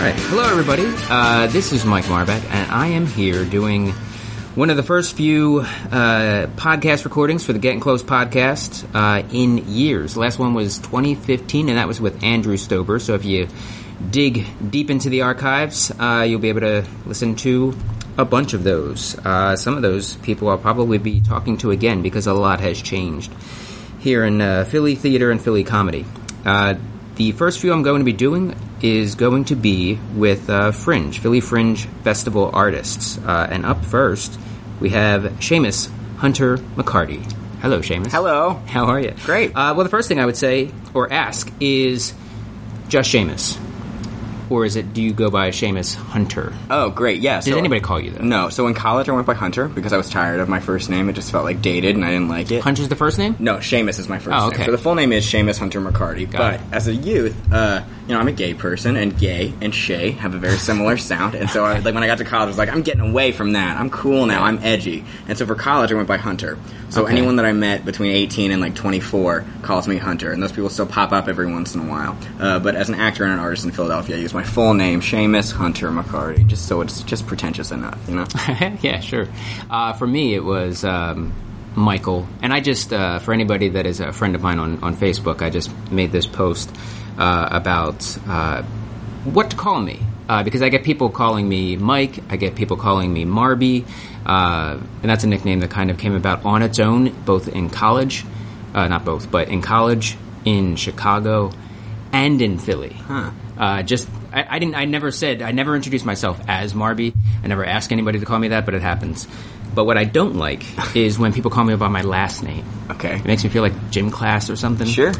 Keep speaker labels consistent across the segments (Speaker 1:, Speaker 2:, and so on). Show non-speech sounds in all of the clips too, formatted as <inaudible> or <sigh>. Speaker 1: right. Hello, everybody. Uh, this is Mike Marbach, and I am here doing one of the first few uh, podcast recordings for the Getting Close podcast uh, in years. Last one was 2015, and that was with Andrew Stober. So if you dig deep into the archives, uh, you'll be able to listen to a bunch of those. Uh, some of those people I'll probably be talking to again because a lot has changed here in uh, Philly theater and Philly comedy. Uh, the first few I'm going to be doing is going to be with uh, Fringe, Philly Fringe Festival artists. Uh, and up first, we have Seamus Hunter McCarty. Hello, Seamus.
Speaker 2: Hello.
Speaker 1: How are you?
Speaker 2: Great.
Speaker 1: Uh, well, the first thing I would say or ask is just Seamus. Or is it, do you go by Seamus Hunter?
Speaker 2: Oh, great. Yeah.
Speaker 1: Did anybody call you that?
Speaker 2: No. So in college, I went by Hunter because I was tired of my first name. It just felt like dated, and I didn't like it.
Speaker 1: Hunter's the first name?
Speaker 2: No, Seamus is my first
Speaker 1: Oh, okay.
Speaker 2: name. So the full name is Seamus Hunter McCarty.
Speaker 1: Got
Speaker 2: but
Speaker 1: it.
Speaker 2: as a youth, uh, you know, I'm a gay person, and gay and Shay have a very similar <laughs> sound. And so, I, like when I got to college, I was like, I'm getting away from that. I'm cool now. I'm edgy. And so for college, I went by Hunter. So
Speaker 1: Okay.
Speaker 2: anyone that I met between 18 and like 24 calls me Hunter, and those people still pop up every once in a while. Uh, but as an actor and an artist in Philadelphia, I use my full name, Seamus Hunter McCarty, just so it's just pretentious enough,
Speaker 1: <laughs>
Speaker 2: you know.
Speaker 1: yeah, sure. Uh, for me, it was um, Michael, and I just uh, for anybody that is a friend of mine on on Facebook, I just made this post uh, about uh, what to call me uh, because I get people calling me Mike, I get people calling me Marby, uh, and that's a nickname that kind of came about on its own, both in college, uh, not both, but in college, in Chicago, and in Philly. Uh, just I, I didn't. I never said. I never introduced myself as Marby. I never asked anybody to call me that, but it happens. But what I don't like is when people call me by my last name.
Speaker 2: Okay.
Speaker 1: It makes me feel like gym class or something.
Speaker 2: Sure.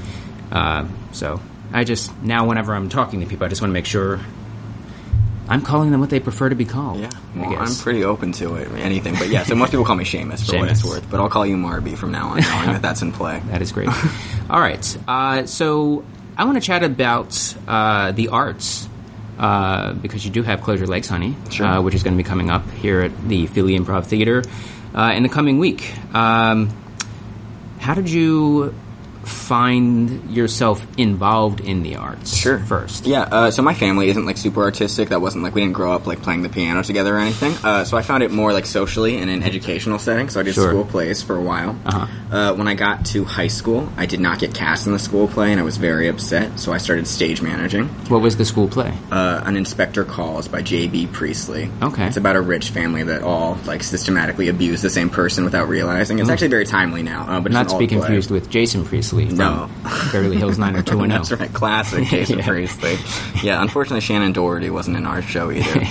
Speaker 1: Uh, so I just now whenever I'm talking to people, I just want to make sure I'm calling them what they prefer to be called.
Speaker 2: Yeah,
Speaker 1: I
Speaker 2: well,
Speaker 1: guess.
Speaker 2: I'm pretty open to it, anything. But yeah, so most people call me Seamus for what
Speaker 1: Seamus.
Speaker 2: it's worth, but I'll call you Marby
Speaker 1: <laughs>
Speaker 2: from now on, knowing that that's in play.
Speaker 1: That is great. <laughs> All right. Uh, so I want to chat about uh, the arts uh, because you do have Close Your Legs, Honey,
Speaker 2: Sure.
Speaker 1: uh, which is going to be coming up here at the Philly Improv Theater uh, in the coming week. Um, how did you find yourself involved in the arts
Speaker 2: Sure.
Speaker 1: first?
Speaker 2: Yeah, uh, so my family isn't like super artistic. That wasn't like we didn't grow up like playing the piano together or anything. Uh, so I found it more like socially in an educational setting. So I did
Speaker 1: Sure.
Speaker 2: school plays for a while.
Speaker 1: Uh-huh.
Speaker 2: Uh, when I got to high school, I did not get cast in the school play, and I was very upset. So I started stage managing.
Speaker 1: What was the school play?
Speaker 2: uh, An Inspector Calls by J.B. Priestley.
Speaker 1: Okay.
Speaker 2: It's about a rich family that all, like, systematically abuse the same person without realizing. It's actually very timely now, uh, but
Speaker 1: Mm.
Speaker 2: it's
Speaker 1: Not
Speaker 2: an
Speaker 1: to
Speaker 2: old
Speaker 1: be
Speaker 2: play.
Speaker 1: confused with Jason Priestley from
Speaker 2: No.
Speaker 1: Beverly Hills 90210.
Speaker 2: <laughs> That's
Speaker 1: <laughs>
Speaker 2: right, classic Jason
Speaker 1: Yeah.
Speaker 2: Priestley. Yeah, unfortunately, Shannon Doherty wasn't in our
Speaker 1: <laughs>
Speaker 2: show either.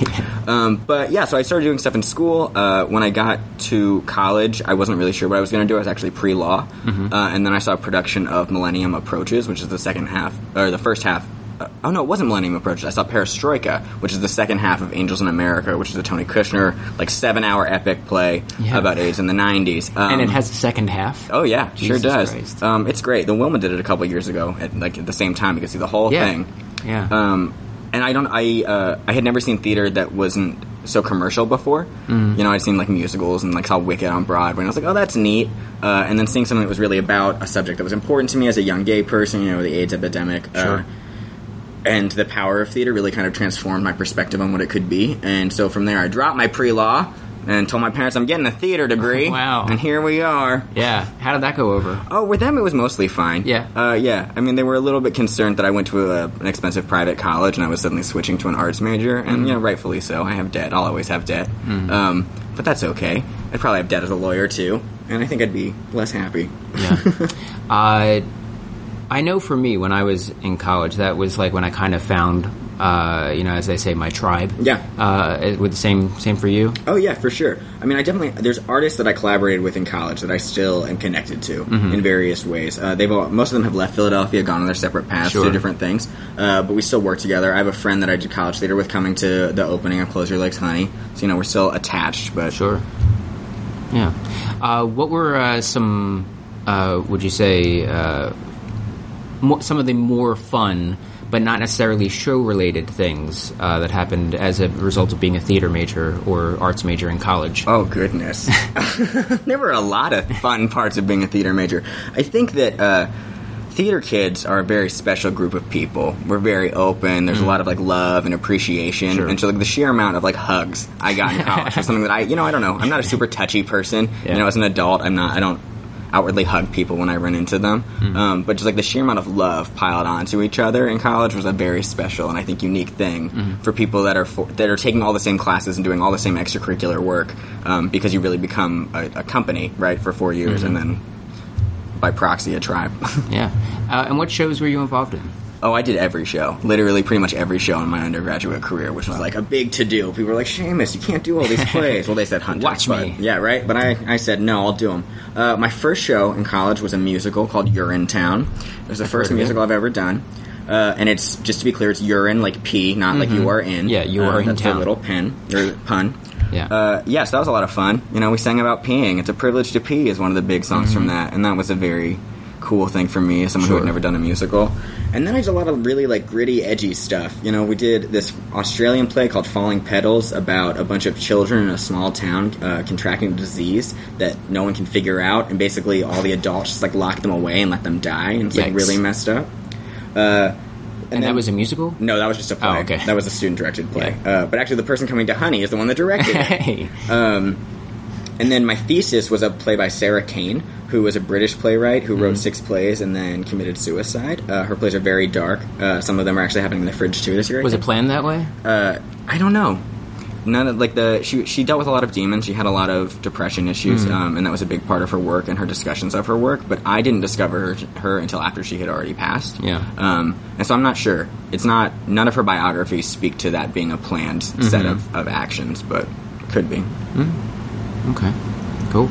Speaker 2: um, but yeah, so I started doing stuff in school. Uh, when I got to college, I wasn't really sure what I was going to do. I was actually pre law.
Speaker 1: Mm-hmm.
Speaker 2: Uh, and then I saw a production of Millennium Approaches, which is the second half, or the first half. uh, Oh no, it wasn't Millennium Approaches. I saw Perestroika, which is the second half of Angels in America, which is a Tony Kushner like seven-hour epic play
Speaker 1: Yeah.
Speaker 2: about AIDS in the '90s. Um,
Speaker 1: And it has a second half.
Speaker 2: Oh yeah, sure
Speaker 1: Jesus
Speaker 2: does.
Speaker 1: Christ.
Speaker 2: Um, it's great. The Wilma did it a couple years ago at like at the same time. You could see the whole
Speaker 1: yeah.
Speaker 2: thing.
Speaker 1: Yeah.
Speaker 2: Um, and I don't. I uh, I had never seen theater that wasn't so commercial before.
Speaker 1: Mm.
Speaker 2: You know, I'd seen like musicals and like saw Wicked on Broadway, and I was like, oh, that's neat. Uh, and then seeing something that was really about a subject that was important to me as a young gay person. You know, the AIDS epidemic. Uh,
Speaker 1: Sure.
Speaker 2: and the power of theater really kind of transformed my perspective on what it could be. And so from there, I dropped my pre-law and told my parents I'm getting a theater
Speaker 1: <laughs>
Speaker 2: degree.
Speaker 1: Wow.
Speaker 2: And here we are.
Speaker 1: yeah. How did that go over?
Speaker 2: Oh, with them it was mostly fine.
Speaker 1: Yeah.
Speaker 2: Uh, yeah. I mean, they were a little bit concerned that I went to a, an expensive private college and I was suddenly switching to an arts major, and you know, rightfully so. I have debt. I'll always have debt. Um, but that's okay. I'd probably have debt as a lawyer too, and I think I'd be less happy.
Speaker 1: yeah. Uh, I know for me, when I was in college, that was like when I kind of found, uh, you know, as they say, my tribe.
Speaker 2: Yeah.
Speaker 1: Uh, it- with the same same for you.
Speaker 2: Oh yeah, for sure. I mean, I definitely there's artists that I collaborated with in college that I still am connected to
Speaker 1: Mm-hmm.
Speaker 2: in various ways. Uh, they've all, most of them have left Philadelphia, gone on their separate paths,
Speaker 1: Sure.
Speaker 2: do different things, uh, but we still work together. I have a friend that I did college theater with coming to the opening of Close Your Legs, Honey. So you know we're still attached, but
Speaker 1: Sure. Yeah. Uh, what were uh, some? Uh, would you say uh, mo some of the more fun, but not necessarily show-related things uh, that happened as a result of being a theater major or arts major in college?
Speaker 2: Oh
Speaker 1: <laughs>
Speaker 2: goodness, <laughs> there were a lot of fun parts of being a theater major. I think that uh, theater kids are a very special group of people. We're very open. There's a lot of like love and appreciation,
Speaker 1: Mm. Sure.
Speaker 2: and so like the sheer amount of like hugs I got in
Speaker 1: <laughs>
Speaker 2: college was something that I, you know, I don't know. I'm not a super touchy person.
Speaker 1: Yeah.
Speaker 2: You know, as an adult, I'm not. I don't outwardly hug people when I run into them.
Speaker 1: Mm.
Speaker 2: Um, but just like the sheer amount of love piled onto each other in college was a very special and I think unique thing
Speaker 1: Mm-hmm.
Speaker 2: for people that are for, that are taking all the same classes and doing all the same extracurricular work um, because you really become a, a company right for four years
Speaker 1: Mm-hmm.
Speaker 2: and then by proxy a tribe. <laughs>
Speaker 1: Yeah. Uh, and what shows were you involved in?
Speaker 2: Oh, I did every show. Literally, pretty much every show in my undergraduate career, which was like a big to do. People were like, Seamus, you can't do all these plays. well, they said Hunter.
Speaker 1: Watch
Speaker 2: but-
Speaker 1: me.
Speaker 2: Yeah, right? But I, I said, no, I'll do them. Uh, my first show in college was a musical called Urine Town. It was the first
Speaker 1: heard of it.
Speaker 2: musical I've ever done. Uh, and it's, just to be clear, it's urine, like pee, not like you are
Speaker 1: Mm-hmm.
Speaker 2: in.
Speaker 1: Yeah, you
Speaker 2: Uh,
Speaker 1: are in
Speaker 2: that's the
Speaker 1: town.
Speaker 2: little pen, or pun.
Speaker 1: Yeah.
Speaker 2: Uh, yes, that was a lot of fun. You know, we sang about peeing. It's a privilege to pee is one of the big songs from that, and that was a very cool thing for me as someone who
Speaker 1: Mm-hmm. Sure.
Speaker 2: had never done a musical. And then I did a lot of really like gritty, edgy stuff. You know, we did this Australian play called Falling Petals about a bunch of children in a small town uh, contracting a disease that no one can figure out, and basically all the adults just like lock them away and let them die, and it's
Speaker 1: Yikes.
Speaker 2: like really messed up. Uh,
Speaker 1: and that
Speaker 2: then-
Speaker 1: was a musical?
Speaker 2: No, that was just a play.
Speaker 1: Oh, okay.
Speaker 2: That was a student directed play.
Speaker 1: Yeah.
Speaker 2: Uh, but actually, the person coming to Honey is the one that directed it.
Speaker 1: <laughs> Hey.
Speaker 2: And then my thesis was a play by Sarah Kane, who was a British playwright who
Speaker 1: Mm-hmm.
Speaker 2: wrote six plays and then committed suicide. Uh, her plays are very dark. Uh, some of them are actually happening in the fridge too this year. I
Speaker 1: was it
Speaker 2: think.
Speaker 1: planned that way?
Speaker 2: Uh, I don't know. None of like the she she dealt with a lot of demons. She had a lot of depression issues,
Speaker 1: Hmm.
Speaker 2: um, and that was a big part of her work and her discussions of her work. But I didn't discover her, her until after she had already passed.
Speaker 1: Yeah.
Speaker 2: Um, and so I'm not sure. It's not none of her biographies speak to that being a planned
Speaker 1: Mm-hmm.
Speaker 2: set of, of actions, but could be.
Speaker 1: Okay, cool.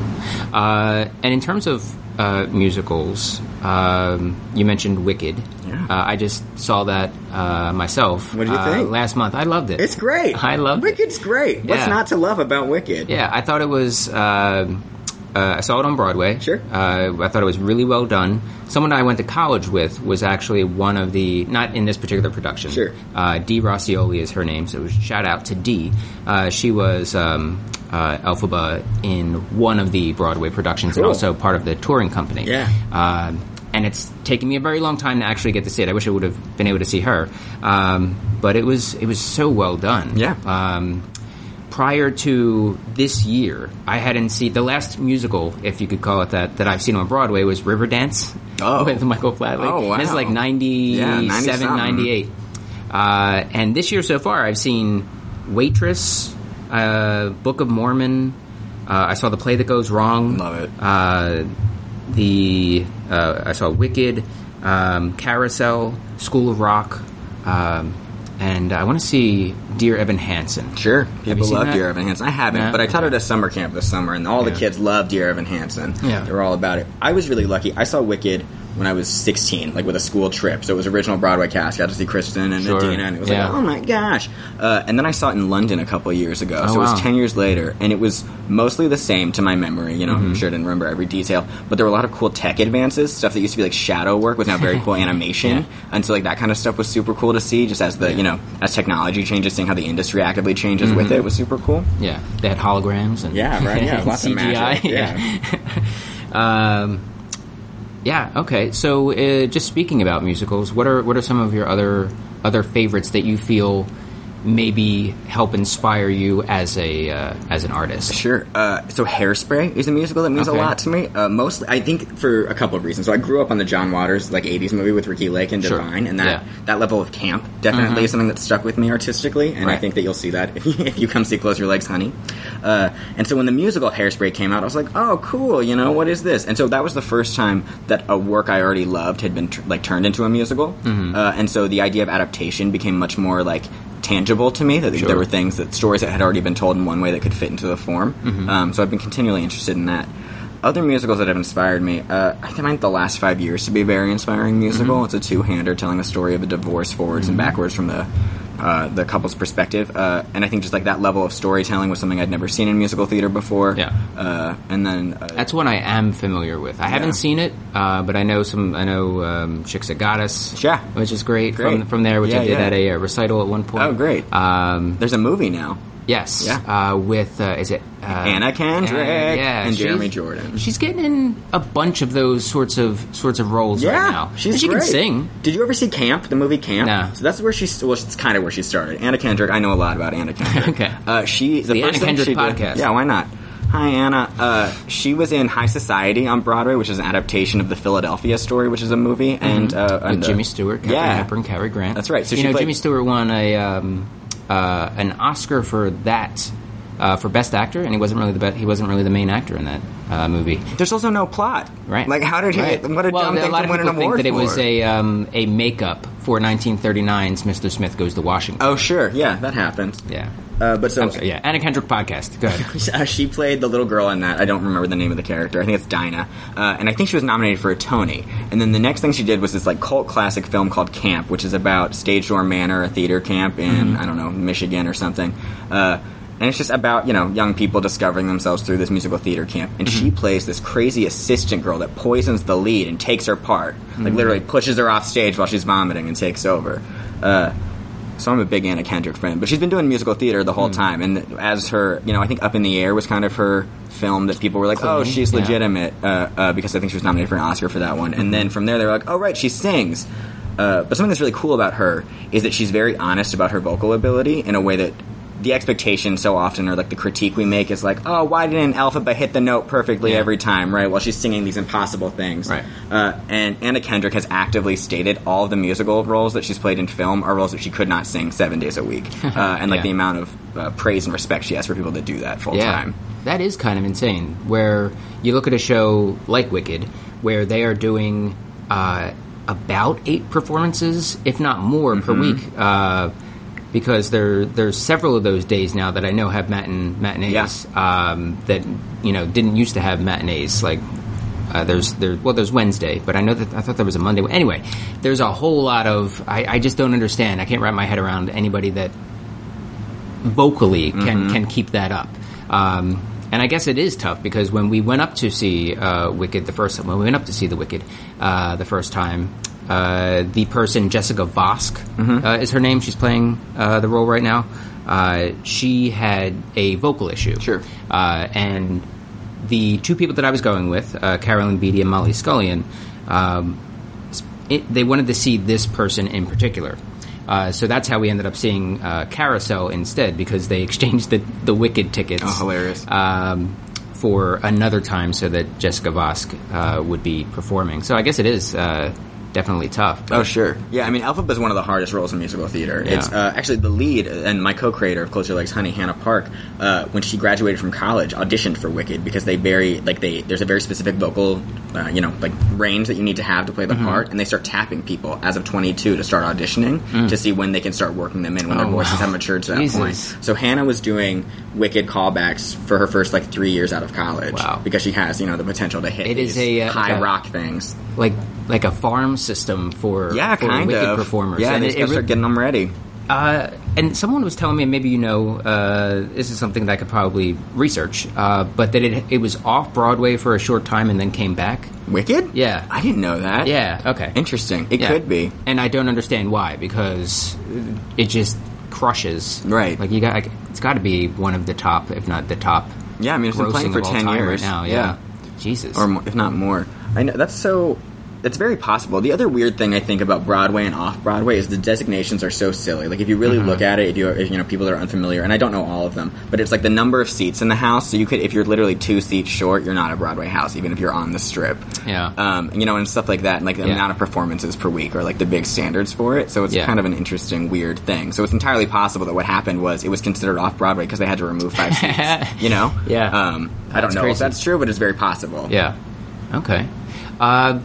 Speaker 1: Uh, and in terms of uh, musicals, um, you mentioned Wicked.
Speaker 2: Yeah.
Speaker 1: Uh, I just saw that uh, myself.
Speaker 2: What did you
Speaker 1: uh,
Speaker 2: think?
Speaker 1: Last month, I loved it.
Speaker 2: It's great.
Speaker 1: I love it.
Speaker 2: Wicked's great.
Speaker 1: Yeah.
Speaker 2: What's not to love about Wicked?
Speaker 1: Yeah, I thought it was. Uh, uh, I saw it on Broadway.
Speaker 2: Sure.
Speaker 1: Uh, I thought it was really well done. Someone I went to college with was actually one of the not in this particular production.
Speaker 2: Sure.
Speaker 1: Uh, Dee Rossioli is her name, so it was shout out to Dee. Uh, she was um, uh, Elphaba in one of the Broadway productions and
Speaker 2: Cool.
Speaker 1: also part of the touring company.
Speaker 2: Yeah.
Speaker 1: Um, and it's taken me a very long time to actually get to see it. I wish I would have been able to see her, um, but it was it was so well done.
Speaker 2: Yeah.
Speaker 1: Um, prior to this year, I hadn't seen the last musical, if you could call it that, that I've seen on Broadway was Riverdance
Speaker 2: Oh.
Speaker 1: with Michael Flatley.
Speaker 2: Oh,
Speaker 1: And this is
Speaker 2: wow.
Speaker 1: like 97,
Speaker 2: Yeah, 90-something.
Speaker 1: 98. Uh, and this year so far, I've seen Waitress, uh, Book of Mormon. Uh, I saw the play that goes wrong.
Speaker 2: Love it.
Speaker 1: Uh, the uh, I saw Wicked, um, Carousel, School of Rock, um, and I want to see Dear Evan Hansen.
Speaker 2: Sure. People
Speaker 1: seen
Speaker 2: love
Speaker 1: that?
Speaker 2: Dear Evan Hansen. I haven't,
Speaker 1: No?
Speaker 2: but I taught it at a summer camp this summer, and all the
Speaker 1: Yeah.
Speaker 2: kids loved Dear Evan Hansen.
Speaker 1: Yeah.
Speaker 2: They were all about it. I was really lucky. I saw Wicked when I was 16, like with a school trip. So it was original Broadway cast. Got to see Kristen and
Speaker 1: Sure.
Speaker 2: Adina, and it was
Speaker 1: Yeah.
Speaker 2: like, oh my gosh. Uh, and then I saw it in London a couple years ago.
Speaker 1: Oh,
Speaker 2: so it
Speaker 1: wow.
Speaker 2: was 10 years later, and it was mostly the same to my memory. You know,
Speaker 1: Mm-hmm.
Speaker 2: I'm sure I didn't remember every detail, but there were a lot of cool tech advances. Stuff that used to be like shadow work was
Speaker 1: <laughs>
Speaker 2: now very cool animation. And so like that kind of stuff was super cool to see. Just as the you know as technology changes, seeing how the industry actively changes with
Speaker 1: Mm-hmm.
Speaker 2: it was super cool.
Speaker 1: Yeah, they had holograms and
Speaker 2: Yeah, right,
Speaker 1: <laughs>
Speaker 2: yeah,
Speaker 1: and
Speaker 2: lots of
Speaker 1: CGI.
Speaker 2: magic,
Speaker 1: yeah. <laughs> um, yeah. Okay. So, uh, just speaking about musicals, what are what are some of your other other favorites that you feel maybe help inspire you as a uh, as an artist?
Speaker 2: Sure. Uh, so Hairspray is a musical that means
Speaker 1: Okay.
Speaker 2: a lot to me. Uh, mostly, I think for a couple of reasons. So I grew up on the John Waters like '80s movie with Ricky Lake and
Speaker 1: Sure.
Speaker 2: Divine, and that
Speaker 1: Yeah. Mm-hmm.
Speaker 2: that level of camp definitely is something that stuck with me artistically. And
Speaker 1: Right.
Speaker 2: I think that you'll see that <laughs> if you, if you come see Close Your Legs, Honey. Uh, and so when the musical Hairspray came out, I was like, oh, cool. You know what is this? And so that was the first time that a work I already loved had been tr- like turned into a musical.
Speaker 1: Mm-hmm.
Speaker 2: Uh, and so the idea of adaptation became much more like tangible to me that
Speaker 1: Sure.
Speaker 2: there were things that stories that had already been told in one way that could fit into the form.
Speaker 1: Mm-hmm.
Speaker 2: Um, so I've been continually interested in that. Other musicals that have inspired me, uh, I find the last five years to be a very inspiring musical.
Speaker 1: Mm-hmm.
Speaker 2: It's a two-hander telling the story of a divorce forwards and backwards from the uh, the couple's perspective, uh, and I think just like that level of storytelling was something I'd never seen in musical theater before.
Speaker 1: Yeah.
Speaker 2: Uh, and then uh,
Speaker 1: That's one I am familiar with. I haven't seen it, uh, but I know some. I know um, Chicks a Goddess,
Speaker 2: Yeah.
Speaker 1: which is great, From,
Speaker 2: Great.
Speaker 1: from there, which I
Speaker 2: Yeah,
Speaker 1: did
Speaker 2: yeah.
Speaker 1: at a, uh recital at one point.
Speaker 2: oh great,
Speaker 1: Um,
Speaker 2: there's a movie now.
Speaker 1: Yes.
Speaker 2: Yeah.
Speaker 1: Uh, with uh, is it uh,
Speaker 2: Anna Kendrick
Speaker 1: yeah,
Speaker 2: and
Speaker 1: she's-
Speaker 2: Jeremy Jordan.
Speaker 1: She's getting in a bunch of those sorts of sorts of roles
Speaker 2: yeah,
Speaker 1: right now.
Speaker 2: she's
Speaker 1: And she
Speaker 2: great.
Speaker 1: can sing.
Speaker 2: Did you ever see Camp, the movie Camp?
Speaker 1: No.
Speaker 2: So that's where she's. Well, it's kind of where she started. Anna Kendrick. I know a lot about Anna
Speaker 1: <laughs>
Speaker 2: Kendrick.
Speaker 1: Okay.
Speaker 2: Uh, she the,
Speaker 1: The
Speaker 2: first
Speaker 1: Anna
Speaker 2: thing
Speaker 1: Kendrick
Speaker 2: she did-
Speaker 1: podcast.
Speaker 2: yeah, why not? Hi Anna. Uh, she was in High Society on Broadway, which is an adaptation of the Philadelphia Story, which is a movie, and uh, and,
Speaker 1: Mm-hmm. with
Speaker 2: uh,
Speaker 1: Jimmy Stewart, Katharine
Speaker 2: yeah,
Speaker 1: Hepburn, Cary Grant.
Speaker 2: That's right. So
Speaker 1: you
Speaker 2: she
Speaker 1: know,
Speaker 2: played-
Speaker 1: Jimmy Stewart won a um, uh, an Oscar for that uh, for Best Actor, and he wasn't really the be- he wasn't really the main actor in that uh, movie.
Speaker 2: There's also no plot.
Speaker 1: Right.
Speaker 2: Like, how did he?
Speaker 1: Right.
Speaker 2: What a
Speaker 1: well,
Speaker 2: dumb
Speaker 1: a
Speaker 2: thing
Speaker 1: lot
Speaker 2: to
Speaker 1: of
Speaker 2: win an
Speaker 1: people think
Speaker 2: award
Speaker 1: that it was
Speaker 2: for.
Speaker 1: a um, a makeup for 1939's Mr. Smith Goes to Washington.
Speaker 2: Oh sure, yeah, that happened.
Speaker 1: Yeah.
Speaker 2: Uh, but so
Speaker 1: I'm sorry, yeah. Anna Kendrick podcast. Go
Speaker 2: <laughs>
Speaker 1: ahead.
Speaker 2: Uh, she played the little girl in that. I don't remember the name of the character. I think it's Dinah, uh, and I think she was nominated for a Tony. And then the next thing she did was this like cult classic film called Camp, which is about Stage Door Manor, a theater camp in I don't know Michigan or something. Uh, and it's just about you know young people discovering themselves through this musical theater camp. And she plays this crazy assistant girl that poisons the lead and takes her part, like literally pushes her off stage while she's vomiting and takes over. Uh, so I'm a big Anna Kendrick fan, but she's been doing musical theater the whole time. And as her, you know, I think Up in the Air was kind of her film that people were like, oh,
Speaker 1: Clooney,
Speaker 2: she's
Speaker 1: yeah.
Speaker 2: legitimate, uh, uh, because I think she was nominated for an Oscar for that one. And then from there, they were like, oh, right, she sings. Uh, but something that's really cool about her is that she's very honest about her vocal ability in a way that the expectation so often or like the critique we make is like, oh, why didn't Alphaba hit the note perfectly
Speaker 1: Yeah.
Speaker 2: every time, right? While she's singing these impossible things.
Speaker 1: Right.
Speaker 2: Uh, and Anna Kendrick has actively stated all of the musical roles that she's played in film are roles that she could not sing seven days a
Speaker 1: <laughs>
Speaker 2: week, uh, and like
Speaker 1: Yeah.
Speaker 2: the amount of uh, praise and respect she has for people that do that full time.
Speaker 1: That is kind of insane. Where you look at a show like Wicked, where they are doing uh, about eight performances, if not more, per week. Uh, because there there's several of those days now that I know have matin matinees um, that you know didn't used to have matinees like. Uh, there's there well there's Wednesday, but I know that I thought there was a Monday. Anyway, there's a whole lot of I, I just don't understand. I can't wrap my head around anybody that vocally can can keep that up. Um, and I guess it is tough because when we went up to see uh, Wicked the first time, when we went up to see the Wicked uh, the first time, uh, the person Jessica Vosk uh, is her name. She's playing uh, the role right now. Uh, she had a vocal issue,
Speaker 2: Sure.
Speaker 1: uh, and the two people that I was going with, uh, Carolyn Beatty and Molly Scullion, um, it, they wanted to see this person in particular. Uh, so that's how we ended up seeing uh, Carousel instead because they <laughs> exchanged the, the Wicked tickets.
Speaker 2: Oh, hilarious.
Speaker 1: Um, for another time so that Jessica Vosk uh, would be performing. So I guess it is uh, definitely tough. but-
Speaker 2: Oh sure, yeah. I mean, Alphaba is one of the hardest roles in musical theater. It's uh, actually the lead and my co-creator of Close Your Legs, Honey Hannah Park. Uh, when she graduated from college, auditioned for Wicked because they very like they there's a very specific vocal, uh, you know, like range that you need to have to play
Speaker 1: Mm-hmm.
Speaker 2: the part, and they start tapping people as of 22 to start auditioning to see when they can start working them in when
Speaker 1: Mm. Oh,
Speaker 2: their voices
Speaker 1: wow.
Speaker 2: have matured to that
Speaker 1: Jesus.
Speaker 2: point. So Hannah was doing Wicked callbacks for her first like three years out of college
Speaker 1: Wow.
Speaker 2: because she has you know the potential to hit
Speaker 1: It is
Speaker 2: these
Speaker 1: a, uh,
Speaker 2: high
Speaker 1: like a-
Speaker 2: rock things.
Speaker 1: like like a farm system for
Speaker 2: Yeah,
Speaker 1: for
Speaker 2: kind
Speaker 1: Wicked
Speaker 2: of
Speaker 1: performers.
Speaker 2: Yeah,
Speaker 1: and
Speaker 2: they
Speaker 1: it-
Speaker 2: just
Speaker 1: it
Speaker 2: gotta
Speaker 1: re-
Speaker 2: start getting them ready.
Speaker 1: Uh, and someone was telling me, and maybe you know, uh, this is something that I could probably research, uh, but that it, it was off Broadway for a short time and then came back.
Speaker 2: Wicked?
Speaker 1: Yeah.
Speaker 2: I didn't know that.
Speaker 1: Yeah, okay.
Speaker 2: Interesting. It
Speaker 1: Yeah.
Speaker 2: could be.
Speaker 1: And I don't understand why, because it just crushes.
Speaker 2: Right.
Speaker 1: Like, you got, like, it's got to be one of the top, if not the top,
Speaker 2: Yeah, I mean, it's been
Speaker 1: grossing
Speaker 2: playing for
Speaker 1: of all
Speaker 2: 10
Speaker 1: time
Speaker 2: years.
Speaker 1: right now. Yeah. Jesus.
Speaker 2: Or more, if not more. I know. That's so. That's very possible. The other weird thing I think about Broadway and off Broadway is the designations are so silly. Like if you
Speaker 1: Mm-hmm.
Speaker 2: really look at it, if you if, you know people that are unfamiliar, and I don't know all of them, but it's like the number of seats in the house. So you could, if you're literally two seats short, you're not a Broadway house, even if you're on the strip.
Speaker 1: yeah.
Speaker 2: um, you know, and stuff like that, and like the
Speaker 1: Yeah.
Speaker 2: amount of performances per week are like the big standards for it. So it's
Speaker 1: Yeah.
Speaker 2: kind of an interesting, weird thing. So it's entirely possible that what happened was it was considered off Broadway because they had to remove
Speaker 1: <laughs>
Speaker 2: five seats. You know,
Speaker 1: Yeah.
Speaker 2: Um, I don't
Speaker 1: That's
Speaker 2: know if
Speaker 1: crazy.
Speaker 2: that's true, but it's very possible.
Speaker 1: Yeah. Okay. Uh,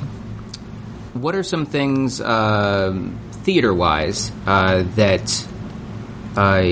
Speaker 1: what are some things um theater wise uh, that uh,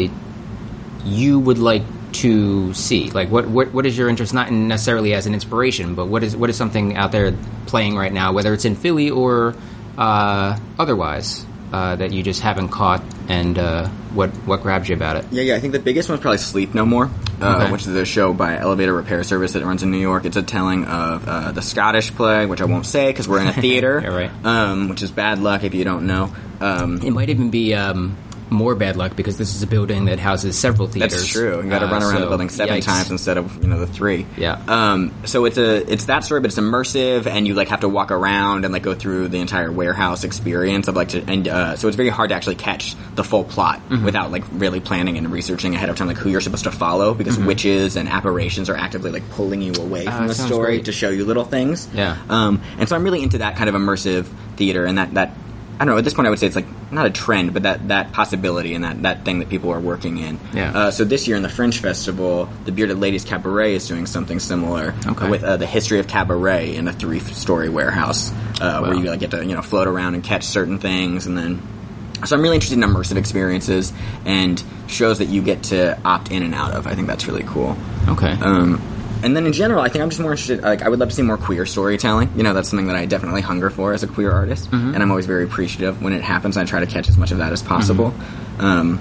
Speaker 1: you would like to see? Like, what, what what is your interest? Not in necessarily as an inspiration, but what is what is something out there playing right now, whether it's in Philly or uh, otherwise, uh, that you just haven't caught, and uh, what what grabs you about it?
Speaker 2: Yeah, yeah. I think the biggest one's probably Sleep No More, uh,
Speaker 1: Okay.
Speaker 2: which is a show by Elevator Repair Service that runs in New York. It's a telling of uh, the Scottish plague, which I won't say
Speaker 1: <laughs>
Speaker 2: because we're in a theater,
Speaker 1: Yeah, right.
Speaker 2: um, which is bad luck if you don't know. Um,
Speaker 1: It might even be um, more bad luck because this is a building that houses several theaters.
Speaker 2: That's true. You got to
Speaker 1: Uh,
Speaker 2: run around the
Speaker 1: so,
Speaker 2: building seven
Speaker 1: yikes.
Speaker 2: times instead of you know the three.
Speaker 1: Yeah.
Speaker 2: Um. So it's a it's that story, but it's immersive, and you like have to walk around and like go through the entire warehouse experience of like to and uh, so it's very hard to actually catch the full plot
Speaker 1: Mm-hmm.
Speaker 2: without like really planning and researching ahead of time like who you're supposed to follow because witches and apparitions are actively like pulling you away from
Speaker 1: Mm-hmm. Ah, that
Speaker 2: the
Speaker 1: sounds
Speaker 2: story
Speaker 1: great.
Speaker 2: to show you little things.
Speaker 1: Yeah.
Speaker 2: Um. And so I'm really into that kind of immersive theater and that that. I don't know. At this point, I would say it's like not a trend, but that, that possibility and that, that thing that people are working in.
Speaker 1: Yeah.
Speaker 2: Uh, so this year in the Fringe Festival, the Bearded Ladies Cabaret is doing something similar
Speaker 1: Okay.
Speaker 2: with uh, the history of cabaret in a three-story warehouse, uh, where
Speaker 1: Wow.
Speaker 2: you like get to you know float around and catch certain things, and then. So I'm really interested in immersive experiences and shows that you get to opt in and out of. I think that's really cool.
Speaker 1: Okay.
Speaker 2: Um, and then in general, I think I'm just more interested. Like, I would love to see more queer storytelling. You know, that's something that I definitely hunger for as a queer artist, and I'm always very appreciative when it happens. And I try to catch as much of that as possible. Um,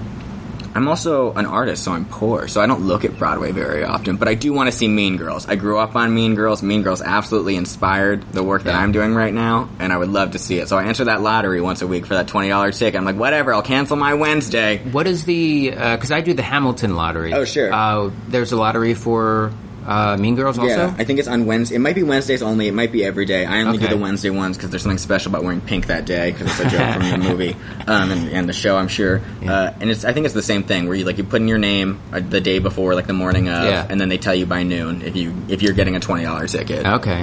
Speaker 2: I'm also an artist, so I'm poor, so I don't look at Broadway very often. But I do want to see Mean Girls. I grew up on Mean Girls. Mean Girls absolutely inspired the work that
Speaker 1: Yeah.
Speaker 2: I'm doing right now, and I would love to see it. So I enter that lottery once a week for that twenty dollar ticket. I'm like, whatever, I'll cancel my Wednesday.
Speaker 1: What is the? Because I do the Hamilton lottery.
Speaker 2: Oh, sure.
Speaker 1: Uh, there's a lottery for uh, Mean Girls also.
Speaker 2: Yeah, I think it's on Wednesday. It might be Wednesdays only. It might be every day. I only
Speaker 1: Okay.
Speaker 2: do the Wednesday ones because there's something special about wearing pink that day because it's a joke
Speaker 1: <laughs>
Speaker 2: from the movie um, and, and the show. I'm sure. Uh, and it's I think it's the same thing where you like you put in your name uh, the day before, like the morning of,
Speaker 1: Yeah.
Speaker 2: and then they tell you by noon if you if you're getting a twenty dollar ticket.
Speaker 1: okay.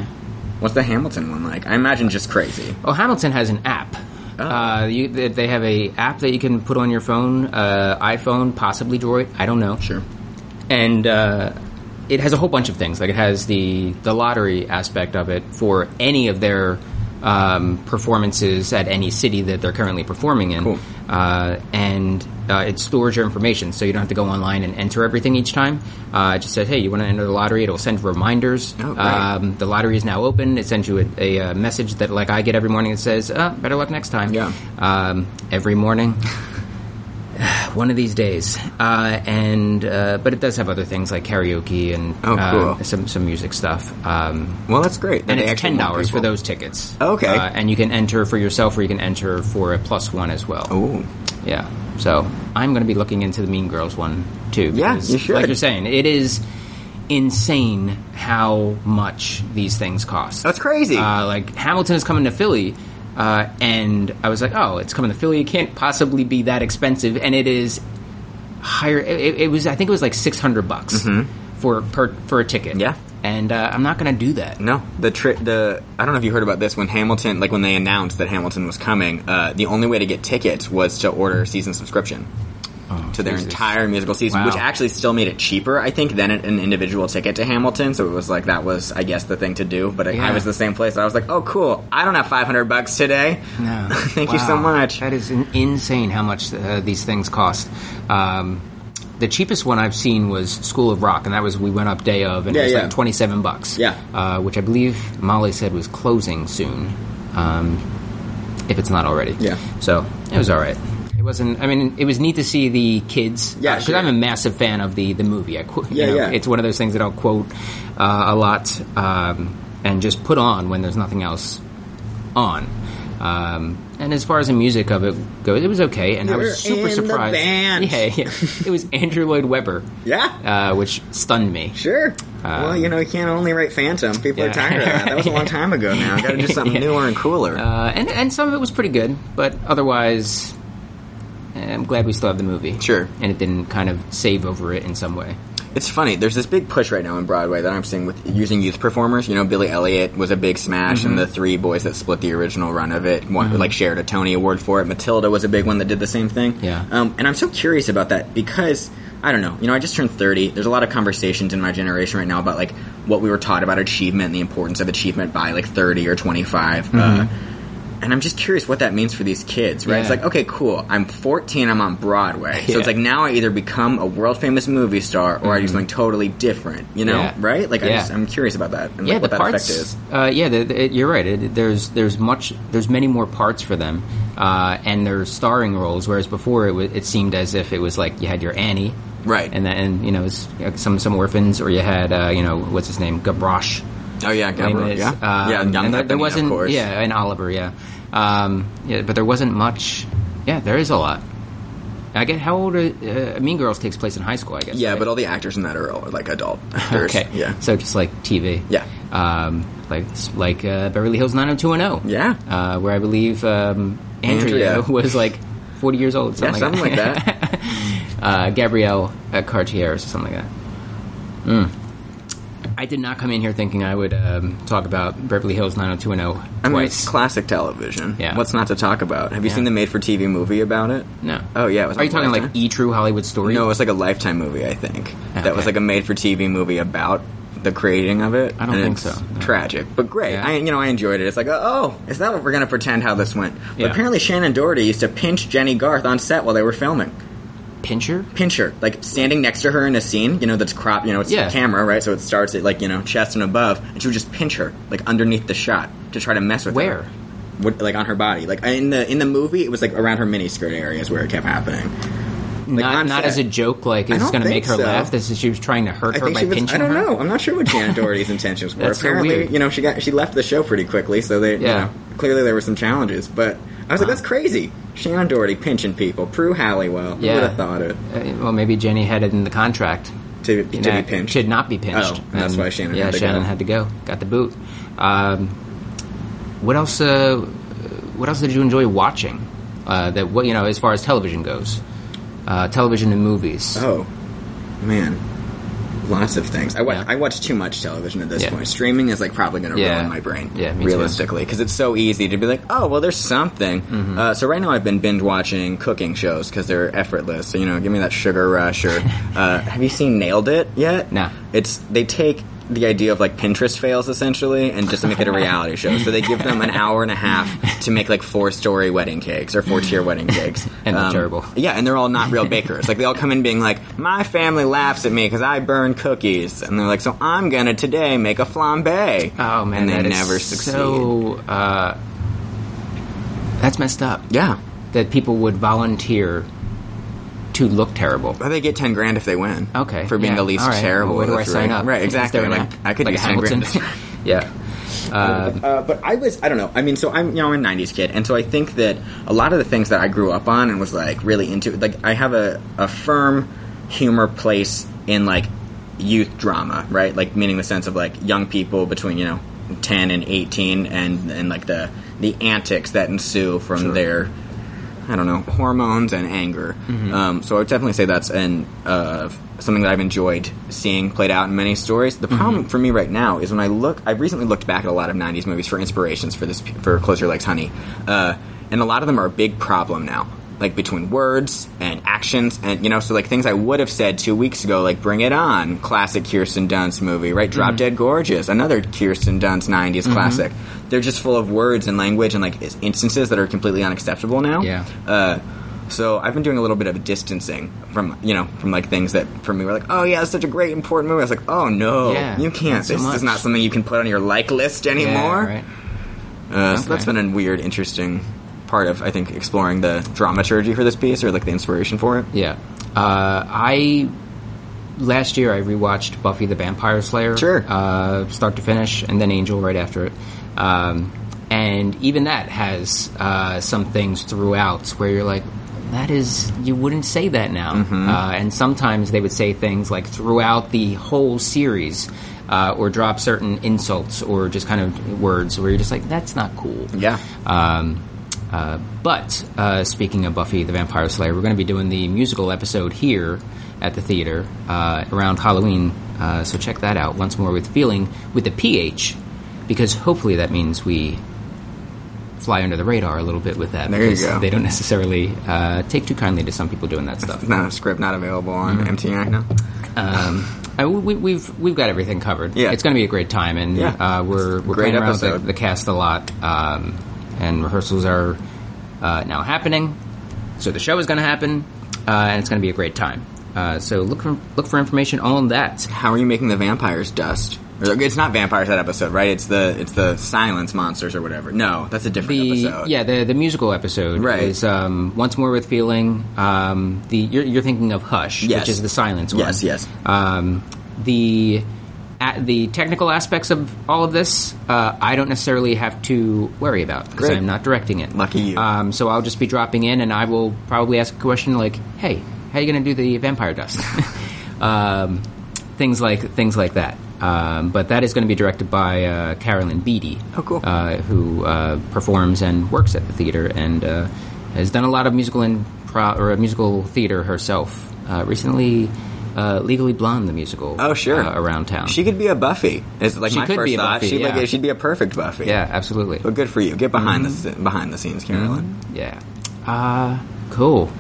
Speaker 2: What's the Hamilton one like? I imagine just crazy.
Speaker 1: Oh, Hamilton has an app.
Speaker 2: Oh.
Speaker 1: Uh, you, they they have a app that you can put on your phone, uh, iPhone, possibly Droid. I don't know.
Speaker 2: Sure.
Speaker 1: and uh, it has a whole bunch of things. Like it has the the lottery aspect of it for any of their um, performances at any city that they're currently performing in,
Speaker 2: Cool.
Speaker 1: uh, and uh, it stores your information, so you don't have to go online and enter everything each time. Uh, it just says, "Hey, you want to enter the lottery?" It'll send reminders.
Speaker 2: Oh, right.
Speaker 1: um, the lottery is now open. It sends you a, a, uh message that, like I get every morning, that says, uh, "Better luck next time."
Speaker 2: Yeah.
Speaker 1: Um, every morning <laughs> one of these days. Uh, and uh, but it does have other things like karaoke and
Speaker 2: Oh,
Speaker 1: uh,
Speaker 2: cool.
Speaker 1: some some music stuff. Um,
Speaker 2: Well, that's great.
Speaker 1: and it's ten dollars for those tickets.
Speaker 2: Okay.
Speaker 1: uh, and you can enter for yourself, or you can enter for a plus one as well.
Speaker 2: Oh,
Speaker 1: Yeah. So I'm going to be looking into the Mean Girls one too.
Speaker 2: Yeah,
Speaker 1: because,
Speaker 2: you should.
Speaker 1: Like you're saying, it is insane how much these things cost.
Speaker 2: that's crazy.
Speaker 1: Uh, like Hamilton is coming to Philly, uh, and I was like, oh, it's coming to Philly. It can't possibly be that expensive, and it is higher. It, it was, I think it was like six hundred bucks for per for a ticket.
Speaker 2: Mm-hmm. Yeah.
Speaker 1: and uh, I'm not going to do that.
Speaker 2: No, the tri- the I don't know if you heard about this when Hamilton, like when they announced that Hamilton was coming, uh, the only way to get tickets was to order a season subscription to their
Speaker 1: Jesus.
Speaker 2: entire musical season,
Speaker 1: Wow.
Speaker 2: which actually still made it cheaper, I think, than an, an individual ticket to Hamilton. So it was like that was, I guess, the thing to do. But I
Speaker 1: Yeah.
Speaker 2: I was the same place. I was like, oh, cool, I don't have five hundred bucks today.
Speaker 1: No.
Speaker 2: <laughs> thank you so
Speaker 1: Wow.
Speaker 2: much.
Speaker 1: That is in- insane how much uh, these things cost. Um, the cheapest one I've seen was School of Rock, and that was we went up day of, and
Speaker 2: Yeah,
Speaker 1: it was
Speaker 2: yeah.
Speaker 1: like twenty seven bucks.
Speaker 2: Yeah.
Speaker 1: uh, which I believe Molly said was closing soon, um, if it's not already.
Speaker 2: Yeah.
Speaker 1: so it was all right. It wasn't. I mean, it was neat to see the kids.
Speaker 2: Yeah,
Speaker 1: because
Speaker 2: sure.
Speaker 1: I'm a massive fan of the the movie. I qu-
Speaker 2: Yeah,
Speaker 1: you know,
Speaker 2: yeah.
Speaker 1: It's one of those things that I'll quote uh, a lot um, and just put on when there's nothing else on. Um, and as far as the music of it goes, it was okay, and I
Speaker 2: You're
Speaker 1: was super
Speaker 2: in the
Speaker 1: surprised. <laughs>
Speaker 2: band.
Speaker 1: Yeah, yeah. it was Andrew Lloyd Webber,
Speaker 2: Yeah,
Speaker 1: uh, which stunned me.
Speaker 2: sure. well, you know, you can't only write Phantom. People
Speaker 1: Uh, yeah.
Speaker 2: are tired of that. That was
Speaker 1: <laughs>
Speaker 2: a long time ago. Now, got to do something
Speaker 1: Yeah.
Speaker 2: newer and cooler.
Speaker 1: Uh, and and some of it was pretty good, but otherwise, eh, I'm glad we still have the movie.
Speaker 2: Sure.
Speaker 1: and it didn't kind of save over it in some way.
Speaker 2: It's funny. There's this big push right now in Broadway that I'm seeing with using youth performers. You know, Billy Elliot was a big smash, and
Speaker 1: Mm-hmm.
Speaker 2: the three boys that split the original run of it won, like shared a Tony Award for it. Matilda was a big one that did the same thing.
Speaker 1: Yeah.
Speaker 2: Um, and I'm so curious about that because I don't know. You know, I just turned 30. There's a lot of conversations in my generation right now about like what we were taught about achievement and the importance of achievement by like 30 or 25.
Speaker 1: Mm-hmm.
Speaker 2: Uh, and I'm just curious what that means for these kids, right? It's
Speaker 1: Yeah.
Speaker 2: like, okay, cool. I'm 14. I'm on Broadway, so
Speaker 1: Yeah. Mm-hmm.
Speaker 2: it's like now I either become a world famous movie star or I do something totally different. You know,
Speaker 1: Yeah.
Speaker 2: right? Like I
Speaker 1: Yeah.
Speaker 2: just, I'm curious about that and
Speaker 1: yeah,
Speaker 2: like, what
Speaker 1: the
Speaker 2: that
Speaker 1: parts.
Speaker 2: effect is.
Speaker 1: Uh, yeah, the, the, you're right. It, there's there's much there's many more parts for them, uh, and their starring roles. Whereas before, it, wa it seemed as if it was like you had your Annie,
Speaker 2: Right.
Speaker 1: and then and, you know it's, uh, some some orphans, or you had uh, you know what's his name, Gavroche.
Speaker 2: Oh yeah, Gabriel.
Speaker 1: Wayne is,
Speaker 2: Yeah,
Speaker 1: um,
Speaker 2: yeah. Young
Speaker 1: and there,
Speaker 2: Anthony,
Speaker 1: there wasn't,
Speaker 2: of course.
Speaker 1: yeah, and Oliver, yeah, um, yeah, but there wasn't much. Yeah, there is a lot. I get how old are, uh, Mean Girls takes place in high school, I guess.
Speaker 2: Yeah,
Speaker 1: right?
Speaker 2: but all the actors in that are all,
Speaker 1: <laughs>
Speaker 2: like adult actors.
Speaker 1: Okay.
Speaker 2: Yeah.
Speaker 1: So just like TV.
Speaker 2: Yeah.
Speaker 1: Um, like like uh, Beverly Hills 90210.
Speaker 2: Yeah.
Speaker 1: Uh, where I believe um, Andrea,
Speaker 2: Andrea.
Speaker 1: <laughs> was like 40 years old. Something
Speaker 2: Yeah,
Speaker 1: like that. <laughs> uh, Gabrielle at Cartier or something like that. Mm. I did not come in here thinking I would um, talk about Beverly Hills 90210
Speaker 2: I mean, it's
Speaker 1: twice.
Speaker 2: classic television.
Speaker 1: Yeah.
Speaker 2: What's not to talk about? Have you seen the made-for-TV movie about it?
Speaker 1: no.
Speaker 2: Oh yeah. It was
Speaker 1: Are
Speaker 2: on
Speaker 1: you talking like
Speaker 2: Lifetime.
Speaker 1: E True Hollywood Story?
Speaker 2: No, it was like a Lifetime movie, I think. That was
Speaker 1: Okay.
Speaker 2: like a made-for-TV movie about the creating of it.
Speaker 1: I don't
Speaker 2: and
Speaker 1: think
Speaker 2: it's
Speaker 1: so. No.
Speaker 2: Tragic, but great.
Speaker 1: Yeah.
Speaker 2: I, you know, I enjoyed it. It's like, oh, is that what we're gonna pretend how this went? But
Speaker 1: Yeah.
Speaker 2: apparently, Shannon Doherty used to pinch Jenny Garth on set while they were filming.
Speaker 1: Pincher?
Speaker 2: pinch her, like standing next to her in a scene, you know, that's crop, you know, it's
Speaker 1: Yeah.
Speaker 2: the camera, right? So it starts at like, you know, chest and above, and she would just pinch her, like underneath the shot to try to mess with
Speaker 1: Where?
Speaker 2: her. What, like on her body. Like in the in the movie, it was like around her miniskirt area is where it kept happening.
Speaker 1: not
Speaker 2: on
Speaker 1: not
Speaker 2: set.
Speaker 1: as a joke, like it's
Speaker 2: don't
Speaker 1: going to
Speaker 2: think
Speaker 1: make her
Speaker 2: so.
Speaker 1: laugh. This is she was trying to hurt
Speaker 2: I
Speaker 1: her
Speaker 2: think
Speaker 1: by
Speaker 2: she was.
Speaker 1: pinching
Speaker 2: I don't
Speaker 1: her.
Speaker 2: know. I'm not sure what Janet Doherty's <laughs> intentions were.
Speaker 1: That's so
Speaker 2: Apparently,
Speaker 1: weird.
Speaker 2: you know, she got she left the show pretty quickly, so they, you
Speaker 1: Yeah.
Speaker 2: know, clearly there were some challenges. But I was like, that's crazy. Shannon Doherty pinching people. Prue Halliwell. Who
Speaker 1: Yeah.
Speaker 2: would have thought it
Speaker 1: Uh, well, maybe Jenny had it in the contract
Speaker 2: to, to
Speaker 1: Nah,
Speaker 2: be pinched?
Speaker 1: Should not be pinched.
Speaker 2: Oh, that's why Shannon
Speaker 1: Yeah,
Speaker 2: had to
Speaker 1: Shannon
Speaker 2: go.
Speaker 1: had to go. Got the boot. Um, what else? Uh, what else did you enjoy watching? Uh, that what you know, as far as television goes, uh, television and movies.
Speaker 2: Oh, man. Lots of things. I, wa-
Speaker 1: Yeah.
Speaker 2: I watch too much television at this
Speaker 1: Yeah.
Speaker 2: point. Streaming is like probably going to
Speaker 1: Yeah.
Speaker 2: ruin my brain.
Speaker 1: Yeah, me too.
Speaker 2: realistically, because it's so easy to be like, oh, well, there's something.
Speaker 1: Mm-hmm.
Speaker 2: Uh, so right now I've been binge watching cooking shows because they're effortless. So you know, give me that sugar rush.
Speaker 1: <laughs>
Speaker 2: Or uh, have you seen Nailed It yet?
Speaker 1: No.
Speaker 2: It's they take the idea of like Pinterest fails essentially and just make it a reality show. So they give them an hour and a half to make like four story wedding cakes or four tier wedding cakes.
Speaker 1: And they're terrible.
Speaker 2: Um, Yeah, and they're all not real bakers. like they all come in being like, "My family laughs at me because I burn cookies," and they're like, "So I'm gonna today make a flambe."
Speaker 1: Oh, man,
Speaker 2: and they
Speaker 1: that is
Speaker 2: never succeed.
Speaker 1: So uh, that's messed up.
Speaker 2: yeah,
Speaker 1: That people would volunteer to look terrible.
Speaker 2: but they get ten grand if they win.
Speaker 1: Okay.
Speaker 2: for being
Speaker 1: yeah,
Speaker 2: the least
Speaker 1: all right.
Speaker 2: terrible.
Speaker 1: Well, where do I
Speaker 2: That's
Speaker 1: sign
Speaker 2: right.
Speaker 1: up?
Speaker 2: Right,
Speaker 1: Is
Speaker 2: exactly.
Speaker 1: there an
Speaker 2: Like,
Speaker 1: app?
Speaker 2: I could
Speaker 1: Like
Speaker 2: use
Speaker 1: a
Speaker 2: ten grand. <laughs>
Speaker 1: Hamilton? yeah. Uh,
Speaker 2: Uh, but I was, I don't know. I mean, so I'm, you know, I'm a '90s kid, and so I think that a lot of the things that I grew up on and was like really into, like I have a, a firm humor place in like youth drama, right? Like meaning the sense of like young people between you know 10 and 18, and and like the the antics that ensue from their I don't know hormones and anger. Um, so I would definitely say that's an uh, something that I've enjoyed seeing played out in many stories. The problem for me right now is when I look, I've recently looked back at a lot of '90s movies for inspirations for this for Close Your Legs, Honey, uh, and a lot of them are a big problem now. Like between words and actions, and you know, so like things I would have said two weeks ago, like "Bring It On," classic Kirsten Dunst movie, right? "Drop Dead Gorgeous," another Kirsten Dunst '90s classic. They're just full of words and language and like is- instances that are completely unacceptable now.
Speaker 1: Yeah.
Speaker 2: Uh, so I've been doing a little bit of distancing from you know from like things that for me were like oh yeah it's such a great important movie I was like oh no
Speaker 1: Yeah,
Speaker 2: you can't
Speaker 1: not so
Speaker 2: this
Speaker 1: much.
Speaker 2: is not something you can put on your like list
Speaker 1: yeah,
Speaker 2: anymore
Speaker 1: right.
Speaker 2: uh, so that's
Speaker 1: Okay.
Speaker 2: been a weird interesting part of I think exploring the dramaturgy for this piece or like the inspiration for it
Speaker 1: Yeah. Uh, I last year I rewatched Buffy the Vampire Slayer,
Speaker 2: Sure.
Speaker 1: uh, start to finish, and then Angel right after it. Um, and even that has uh, some things throughout where you're like, that is you wouldn't say that now. Uh, and sometimes they would say things like throughout the whole series. Uh, or drop certain insults or just kind of words where you're just like, that's not cool.
Speaker 2: yeah
Speaker 1: Um, uh, but uh, speaking of Buffy the Vampire Slayer, we're going to be doing the musical episode here at the theater uh, around Halloween. Uh, so check that out once more with feeling with the ph, because hopefully that means we fly under the radar a little bit with that.
Speaker 2: There you
Speaker 1: because
Speaker 2: go.
Speaker 1: They don't necessarily uh, take too kindly to some people doing that stuff.
Speaker 2: not a script not available on
Speaker 1: Mm-hmm.
Speaker 2: MTN right now
Speaker 1: Um, I, we, we've we've got everything covered.
Speaker 2: Yeah.
Speaker 1: it's going to be a great time, and
Speaker 2: Yeah.
Speaker 1: uh, we're we're
Speaker 2: Great
Speaker 1: playing around with the,
Speaker 2: episode.
Speaker 1: the cast a lot, um, and rehearsals are uh, now happening. So the show is going to happen, uh, and it's going to be a great time. Uh, so look for, look for information on that.
Speaker 2: how are you making the vampires dust Or, it's not vampires that episode right it's the it's the silence monsters or whatever no that's a different
Speaker 1: The
Speaker 2: episode
Speaker 1: yeah the the musical episode
Speaker 2: Right.
Speaker 1: is um, once more with feeling. Um, the you're, you're thinking of Hush,
Speaker 2: Yes.
Speaker 1: which is the silence
Speaker 2: yes
Speaker 1: one.
Speaker 2: yes
Speaker 1: Um, the a- the technical aspects of all of this, uh, I don't necessarily have to worry about because
Speaker 2: Great.
Speaker 1: I'm not directing it.
Speaker 2: Lucky you.
Speaker 1: Um, so I'll just be dropping in, and I will probably ask a question like, "Hey, how you going to do the vampire dust?" <laughs> um, things like things like that. Um, but that is going to be directed by uh, Carolyn Beatty,
Speaker 2: Oh, cool.
Speaker 1: uh, who uh, performs and works at the theater and uh, has done a lot of musical impro- or musical theater herself. Uh, recently, uh, Legally Blonde, the musical.
Speaker 2: Oh, sure.
Speaker 1: uh, around town.
Speaker 2: She could be a Buffy. Is like
Speaker 1: She
Speaker 2: my
Speaker 1: could
Speaker 2: first
Speaker 1: be a
Speaker 2: thought.
Speaker 1: Buffy,
Speaker 2: she'd, like,
Speaker 1: yeah.
Speaker 2: she'd be a perfect Buffy.
Speaker 1: yeah, absolutely.
Speaker 2: But good for you. Get behind the behind the scenes, Carolyn.
Speaker 1: Yeah. Uh, cool.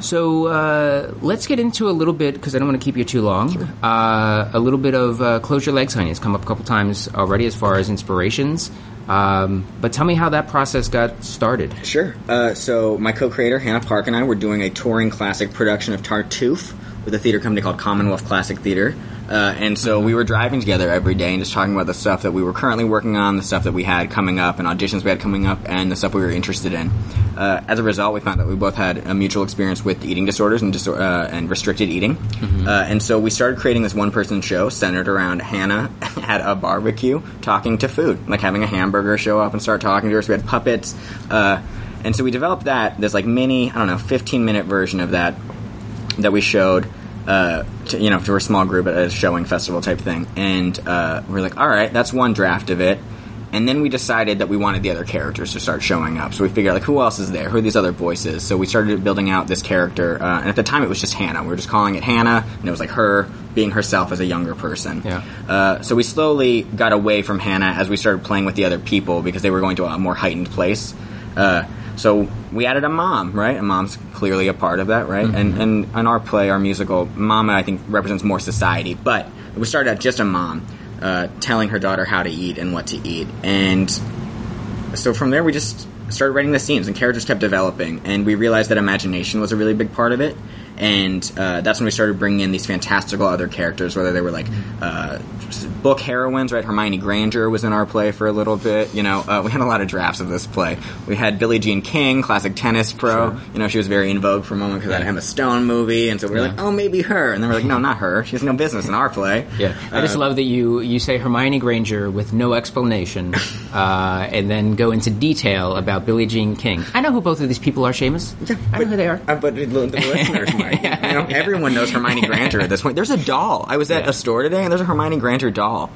Speaker 1: So uh, let's get into a little bit because I don't want to keep you too long. Uh, a little bit of uh, close your legs, honey. It's come up a couple times already as far as inspirations. Um, but tell me how that process got started.
Speaker 2: Sure. Uh, so my co-creator Hannah Park and I were doing a touring classic production of Tartuffe with a theater company called Commonwealth Classic Theater. Uh, and so we were driving together every day and just talking about the stuff that we were currently working on, the stuff that we had coming up, and auditions we had coming up, and the stuff we were interested in. Uh, as a result, we found that we both had a mutual experience with eating disorders and, disor- uh, and restricted eating. Uh, and so we started creating this one-person show centered around Hannah <laughs> at a barbecue talking to food, like having a hamburger show up and start talking to her. So we had puppets. Uh, and so we developed that this like mini, I don't know, 15 minute version of that that we showed, uh, to, you know, to a small group at a showing festival type thing. And uh, we are like, all right, that's one draft of it. And then we decided that we wanted the other characters to start showing up. So we figured, like, who else is there? Who are these other voices? So we started building out this character. Uh, and at the time, it was just Hannah. We were just calling it Hannah, and it was like her being herself as a younger person.
Speaker 1: Yeah.
Speaker 2: Uh, so we slowly got away from Hannah as we started playing with the other people because they were going to a more heightened place. Uh, so we added a mom, right? And mom's clearly a part of that, right? And and in our play, our musical, Mama, I think represents more society. But we started out just a mom uh, telling her daughter how to eat and what to eat, and so from there we just started writing the scenes and characters kept developing and we realized that imagination was a really big part of it and uh, that's when we started bringing in these fantastical other characters whether they were like uh, book heroines right hermione granger was in our play for a little bit you know uh, we had a lot of drafts of this play we had billie jean king classic tennis pro you know she was very in vogue for a moment because that emma stone movie and so we were like oh maybe her and then we're like no not her she has no business in our play
Speaker 1: Yeah, I
Speaker 2: Uh,
Speaker 1: just love that you you say Hermione Granger with no
Speaker 2: <laughs>
Speaker 1: explanation, uh, and then go into detail about Billie Jean King. I know who both of these people are, Seamus. Yeah, I know who they are.
Speaker 2: Uh, but
Speaker 1: <laughs>
Speaker 2: the the listeners might. You know, everyone knows Hermione Granger at this point. There's a doll. I was at
Speaker 1: Yeah.
Speaker 2: a store today, and there's a Hermione Granger doll.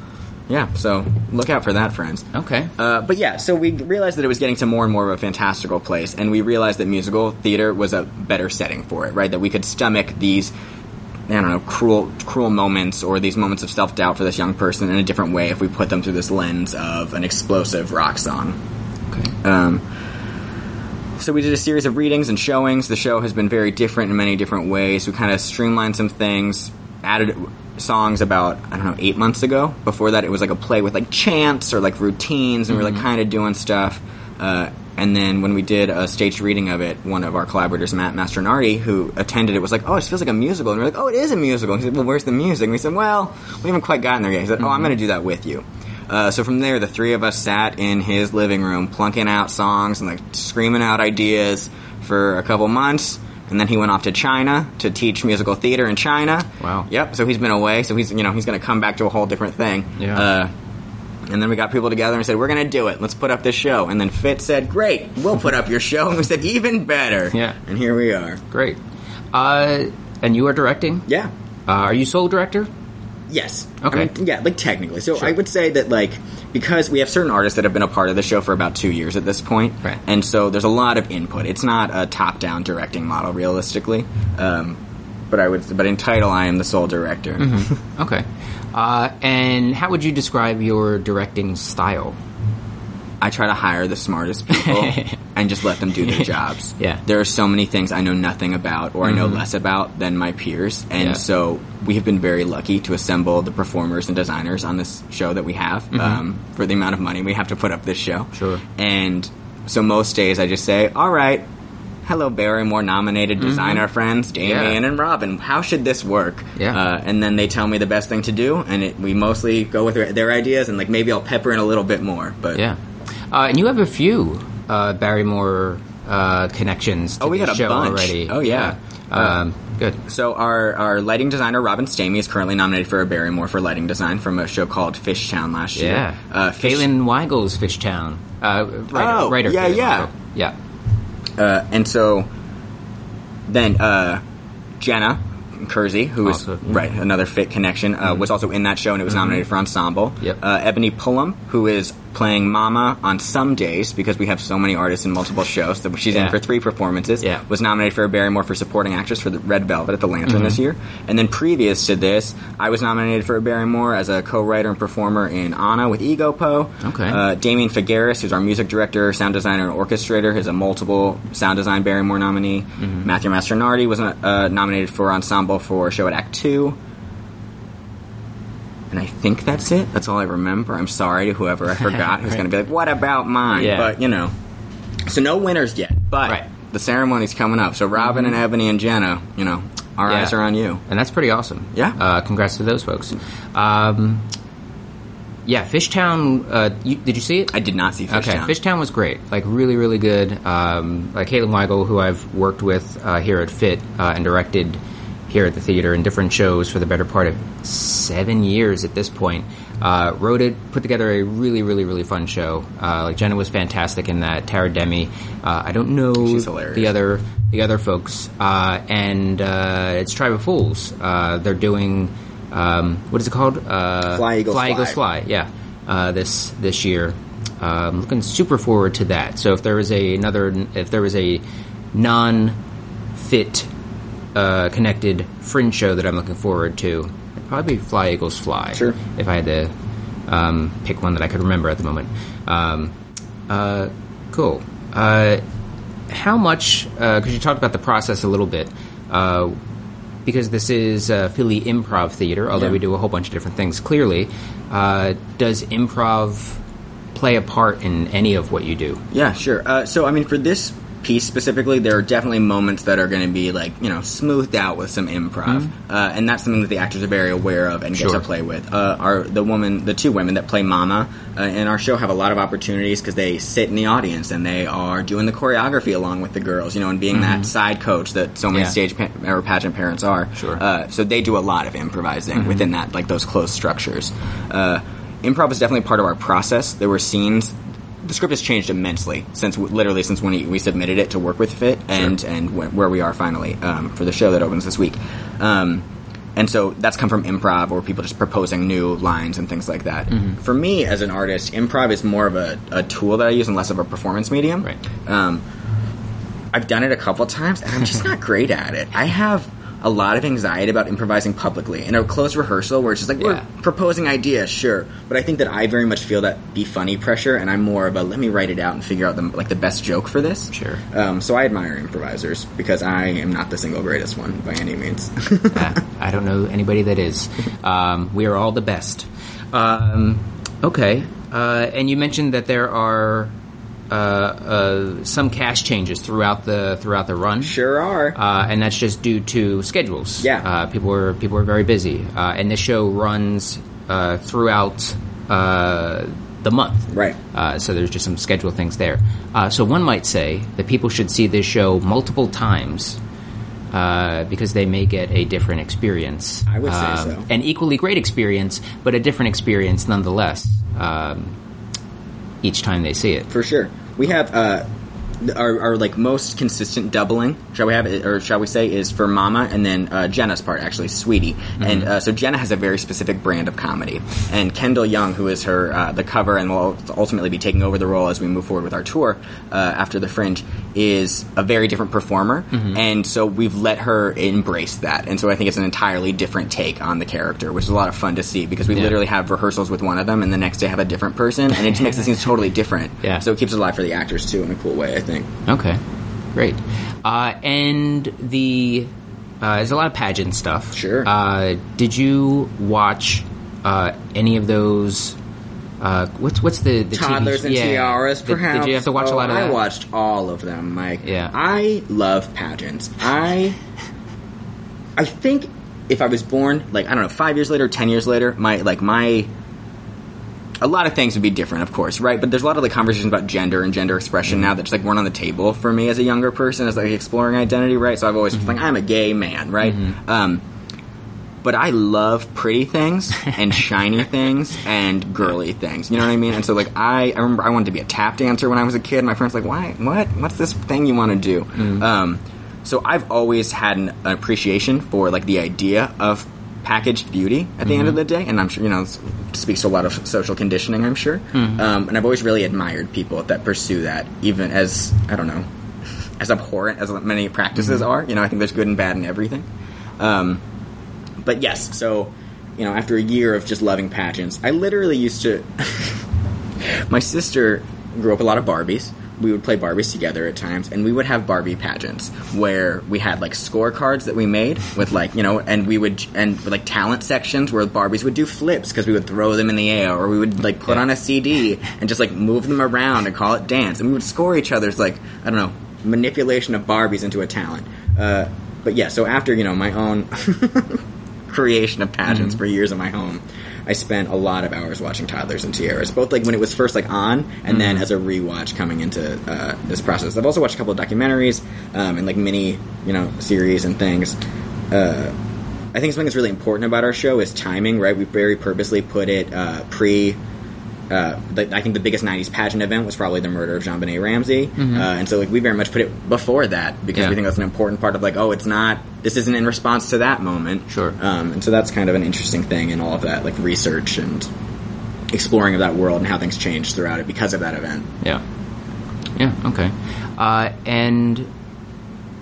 Speaker 2: Yeah, so look out for that, friends.
Speaker 1: Okay.
Speaker 2: Uh, but yeah, so we realized that it was getting to more and more of a fantastical place, and we realized that musical theater was a better setting for it, right? That we could stomach these, I don't know, cruel, cruel moments or these moments of self doubt for this young person in a different way if we put them through this lens of an explosive rock song. Um,
Speaker 1: okay.
Speaker 2: So we did a series of readings and showings. The show has been very different in many different ways. We kind of streamlined some things, added songs about I don't know eight months ago. Before that, it was like a play with like chants or like routines, and we were like kind of doing stuff. Uh, and then when we did a staged reading of it, one of our collaborators, Matt Mastronardi, who attended it, was like, "Oh, it feels like a musical." And we are like, "Oh, it is a musical." And he said, "Well, where's the music?" And we said, "Well, we haven't quite gotten there yet." He said, "Oh, I'm going to do that with you." Uh, so from there, the three of us sat in his living room, plunking out songs and like screaming out ideas for a couple months. And then he went off to China to teach musical theater in China.
Speaker 1: Wow.
Speaker 2: Yep. So he's been away. So he's you know he's going to come back to a whole different thing.
Speaker 1: Yeah.
Speaker 2: Uh, and then we got people together and said, "We're going to do it. Let's put up this show." And then Fitz said, "Great, we'll put up your show." And we said, "Even better."
Speaker 1: Yeah.
Speaker 2: And here we are.
Speaker 1: Great. Uh, and you are directing?
Speaker 2: Yeah.
Speaker 1: Uh, are you sole director?
Speaker 2: Yes.
Speaker 1: Okay.
Speaker 2: I mean, yeah, like technically. So I would say that like because we have certain artists that have been a part of the show for about two years at this point,
Speaker 1: Right.
Speaker 2: and so there's a lot of input. It's not a top-down directing model, realistically. Um, but I would, but in title, I am the sole director.
Speaker 1: Okay. Uh, and how would you describe your directing style?
Speaker 2: I try to hire the
Speaker 1: <laughs>
Speaker 2: smartest people and just let them do their jobs.
Speaker 1: Yeah. Mm-hmm.
Speaker 2: There are so many things I know nothing about or I know less about than my peers. And
Speaker 1: Yeah.
Speaker 2: so we have been very lucky to assemble the performers and designers on this show that we have um, for the amount of money we have to put up this show.
Speaker 1: Mm-hmm. Sure.
Speaker 2: And so most days I just say, all right, hello, Barrymore nominated designer friends, Damien
Speaker 1: Mm-hmm. Yeah.
Speaker 2: and Robin. How should this work?
Speaker 1: Yeah.
Speaker 2: Uh, and then they tell me the best thing to do. And it, we mostly go with their, their ideas and like maybe I'll pepper in a little bit more. But
Speaker 1: Yeah. Uh, and you have a few uh, Barrymore uh, connections to
Speaker 2: Oh, we
Speaker 1: the
Speaker 2: got a
Speaker 1: show
Speaker 2: bunch.
Speaker 1: already.
Speaker 2: Oh, yeah.
Speaker 1: Um, good.
Speaker 2: So our, our lighting designer Robin Stamey is currently nominated for a Barrymore for lighting design from a show called Fish Town last year.
Speaker 1: Yeah.
Speaker 2: uh, Fish,
Speaker 1: Caitlin Weigel's Fish Town. Uh, writer,
Speaker 2: Oh,
Speaker 1: writer
Speaker 2: yeah,
Speaker 1: Caitlin
Speaker 2: yeah.
Speaker 1: Weigel. yeah.
Speaker 2: uh, and so then uh, Jenna Kersey, who is
Speaker 1: Also- mm-hmm.
Speaker 2: right another fit connection, uh, was also in that show and it was nominated for ensemble.
Speaker 1: Yep.
Speaker 2: Uh, Ebony Pullum, who is playing Mama on some days because we have so many artists in multiple shows, so she's
Speaker 1: Yeah.
Speaker 2: in for three performances.
Speaker 1: Yeah.
Speaker 2: was nominated for a Barrymore for supporting actress for the Red Velvet at the Lantern
Speaker 1: Mm-hmm.
Speaker 2: this year. And then previous to this, I was nominated for a Barrymore as a co-writer and performer in Anna with Ego Po.
Speaker 1: Okay.
Speaker 2: Uh, Damien Figueres, who's our music director, sound designer, and orchestrator, is a multiple sound design Barrymore nominee.
Speaker 1: Mm-hmm.
Speaker 2: Matthew Masternardi was uh, nominated for ensemble for a show at Act Two. And I think that's it. That's all I remember. I'm sorry to
Speaker 1: <laughs>
Speaker 2: whoever I forgot who's
Speaker 1: Right.
Speaker 2: going to be like, "What about mine?"
Speaker 1: Yeah.
Speaker 2: But you know, so no winners yet. But
Speaker 1: Right. Mm-hmm.
Speaker 2: the ceremony's coming up. So Robin and Ebony and Jenna, you know, our
Speaker 1: Yeah.
Speaker 2: eyes are on you.
Speaker 1: And that's pretty awesome.
Speaker 2: Yeah.
Speaker 1: Uh, congrats to those folks. Um, yeah, Fishtown. Uh, you, did you see it?
Speaker 2: I did not see Fish
Speaker 1: okay,
Speaker 2: Town.
Speaker 1: Fishtown was great. Like really, really good. Um, like Caitlin Weigel, who I've worked with uh, here at Fit uh, and directed here at the theater in different shows for the better part of seven years at this point. Uh, wrote it, put together a really, really, really fun show. Uh, like Jenna was fantastic in that. Tara Demi. Uh, I don't know
Speaker 2: She's hilarious.
Speaker 1: the other the other folks, uh, and uh, it's Tribe of Fools. Uh, they're doing um, what is it called? Uh,
Speaker 2: Fly, Eagles,
Speaker 1: Fly, Eagles,
Speaker 2: Fly.
Speaker 1: Fly, yeah, uh, this this year. Um, looking super forward to that. So if there is a another, if there is a non-fit uh, connected fringe show that I'm looking forward to, it'd probably be Fly Eagles Fly.
Speaker 2: Sure.
Speaker 1: If I had to um, pick one that I could remember at the moment. Um, uh, cool. Uh, how much? Because you talked about the process a little bit. Uh, because this is uh, Philly Improv Theater, although
Speaker 2: Yeah.
Speaker 1: we do a whole bunch of different things. Clearly, uh, does improv play a part in any of what you do?
Speaker 2: Yeah, sure. Uh, so, I mean, for this piece specifically, there are definitely moments that are going to be like you know smoothed out with some improv, uh, and that's something that the actors are very aware of and get
Speaker 1: Sure.
Speaker 2: to play with. Uh, are the woman, the two women that play Mama uh, in our show have a lot of opportunities because they sit in the audience and they are doing the choreography along with the girls, you know, and being that side coach that so many
Speaker 1: Mm-hmm. Yeah.
Speaker 2: stage pa- or pageant parents are.
Speaker 1: Sure. Mm-hmm.
Speaker 2: Uh, so they do a lot of improvising within that, like those closed structures. Uh, improv is definitely part of our process. There were scenes. The script has changed immensely since literally since when we submitted it to work with Fit and and wh- where we are finally um, for the show that opens this week. Um, and so that's come from improv or people just proposing new lines and things like that.
Speaker 1: Mm-hmm.
Speaker 2: For me as an artist, improv is more of a, a tool that I use and less of a performance medium.
Speaker 1: Right.
Speaker 2: Um, I've done it a couple times, and I'm just not great at it. I have a lot of anxiety about improvising publicly in a close rehearsal where it's just like
Speaker 1: Yeah.
Speaker 2: we're proposing ideas, sure, but I think that I very much feel that be funny pressure, and I'm more of a let me write it out and figure out the like the best joke for this.
Speaker 1: Sure.
Speaker 2: Um, so I admire improvisers because I am not the single greatest one by any means. <laughs>
Speaker 1: Uh, I don't know anybody that is. Um, we are all the best. Um, okay, uh, and you mentioned that there are uh, uh, some cast changes throughout the throughout the run.
Speaker 2: sure are.
Speaker 1: uh, and that's just due to schedules.
Speaker 2: Yeah.
Speaker 1: uh, people are people are very busy, uh, and this show runs uh, throughout uh, the month.
Speaker 2: Right.
Speaker 1: Uh, so there's just some schedule things there. Uh, so one might say that people should see this show multiple times. Uh, because they may get a different experience. Um,
Speaker 2: I would say so.
Speaker 1: An equally great experience, but a different experience nonetheless um, each time they see it.
Speaker 2: for sure. We have uh, th- our, our like most consistent doubling. Shall we have it, or shall we say, is for Mama and then uh, Jenna's part actually, Sweetie.
Speaker 1: Mm-hmm.
Speaker 2: And uh, so Jenna has a very specific brand of comedy, and Kendall Young, who is her uh, the cover and will ultimately be taking over the role as we move forward with our tour uh, after the Fringe, is a very different performer,
Speaker 1: Mm-hmm.
Speaker 2: and so we've let her embrace that. And so I think it's an entirely different take on the character, which is a lot of fun to see because we
Speaker 1: Yeah.
Speaker 2: literally have rehearsals with one of them, and the next day have a different person, and it just makes the scenes totally different.
Speaker 1: Yeah.
Speaker 2: So it keeps it alive for the actors too in a cool way, I think.
Speaker 1: Okay, great. Uh, and the uh, there's a lot of pageant stuff.
Speaker 2: Sure.
Speaker 1: Uh, did you watch uh, any of those? Uh, what's what's the, the TV
Speaker 2: Toddlers and
Speaker 1: yeah.
Speaker 2: tiaras,
Speaker 1: Did- Did,
Speaker 2: perhaps.
Speaker 1: you have to watch a
Speaker 2: Oh,
Speaker 1: lot of that?
Speaker 2: I watched all of them, Mike.
Speaker 1: Yeah.
Speaker 2: I love pageants. I I think if I was born like I don't know, five years later, ten years later, my like my a lot of things would be different, of course, right? But there's a lot of like conversations about gender and gender expression
Speaker 1: Mm-hmm.
Speaker 2: now that just like weren't on the table for me as a younger person, as like exploring identity, right? So I've always
Speaker 1: Mm-hmm.
Speaker 2: been like, I'm a gay man, right? Um, but I love pretty things and shiny things and girly things. You know what I mean? And so like I, I remember I wanted to be a tap dancer when I was a kid. My friends were like, why? What? What's this thing you want to do? Um, so I've always had an appreciation for like the idea of packaged beauty at the end of the day, and I'm sure you know this speaks to a lot of social conditioning. I'm sure, um, and I've always really admired people that pursue that, even as I don't know, as abhorrent as many practices are. You know, I think there's good and bad in everything. Um, but yes, so you know, after a year of just loving pageants, I literally used to. <laughs> my sister grew up a lot of Barbies. We would play Barbies together at times, and we would have Barbie pageants where we had like scorecards that we made with like you know, and we would and like talent sections where Barbies would do flips because we would throw them in the air, or we would like put on a CD and just like move them around and call it dance, and we would score each other's like I don't know manipulation of Barbies into a talent. Uh, but yeah, so after you know my own <laughs> creation of pageants for years in my home. I spent a lot of hours watching Toddlers and Tiaras, both like when it was first like on, and then as a rewatch coming into uh, this process. I've also watched a couple of documentaries um, and like mini, you know, series and things. Uh, I think something that's really important about our show is timing, right? We very purposely put it uh, pre uh, the, I think the biggest '90s pageant event was probably the murder of Jean Benet Ramsey, uh, and so like we very much put it before that because
Speaker 1: Yeah.
Speaker 2: we think that's an important part of like, oh, it's not this isn't in response to that moment,
Speaker 1: Sure.
Speaker 2: Um, and so that's kind of an interesting thing in all of that like research and exploring of that world and how things changed throughout it because of that event.
Speaker 1: Yeah. Yeah. Okay. Uh, and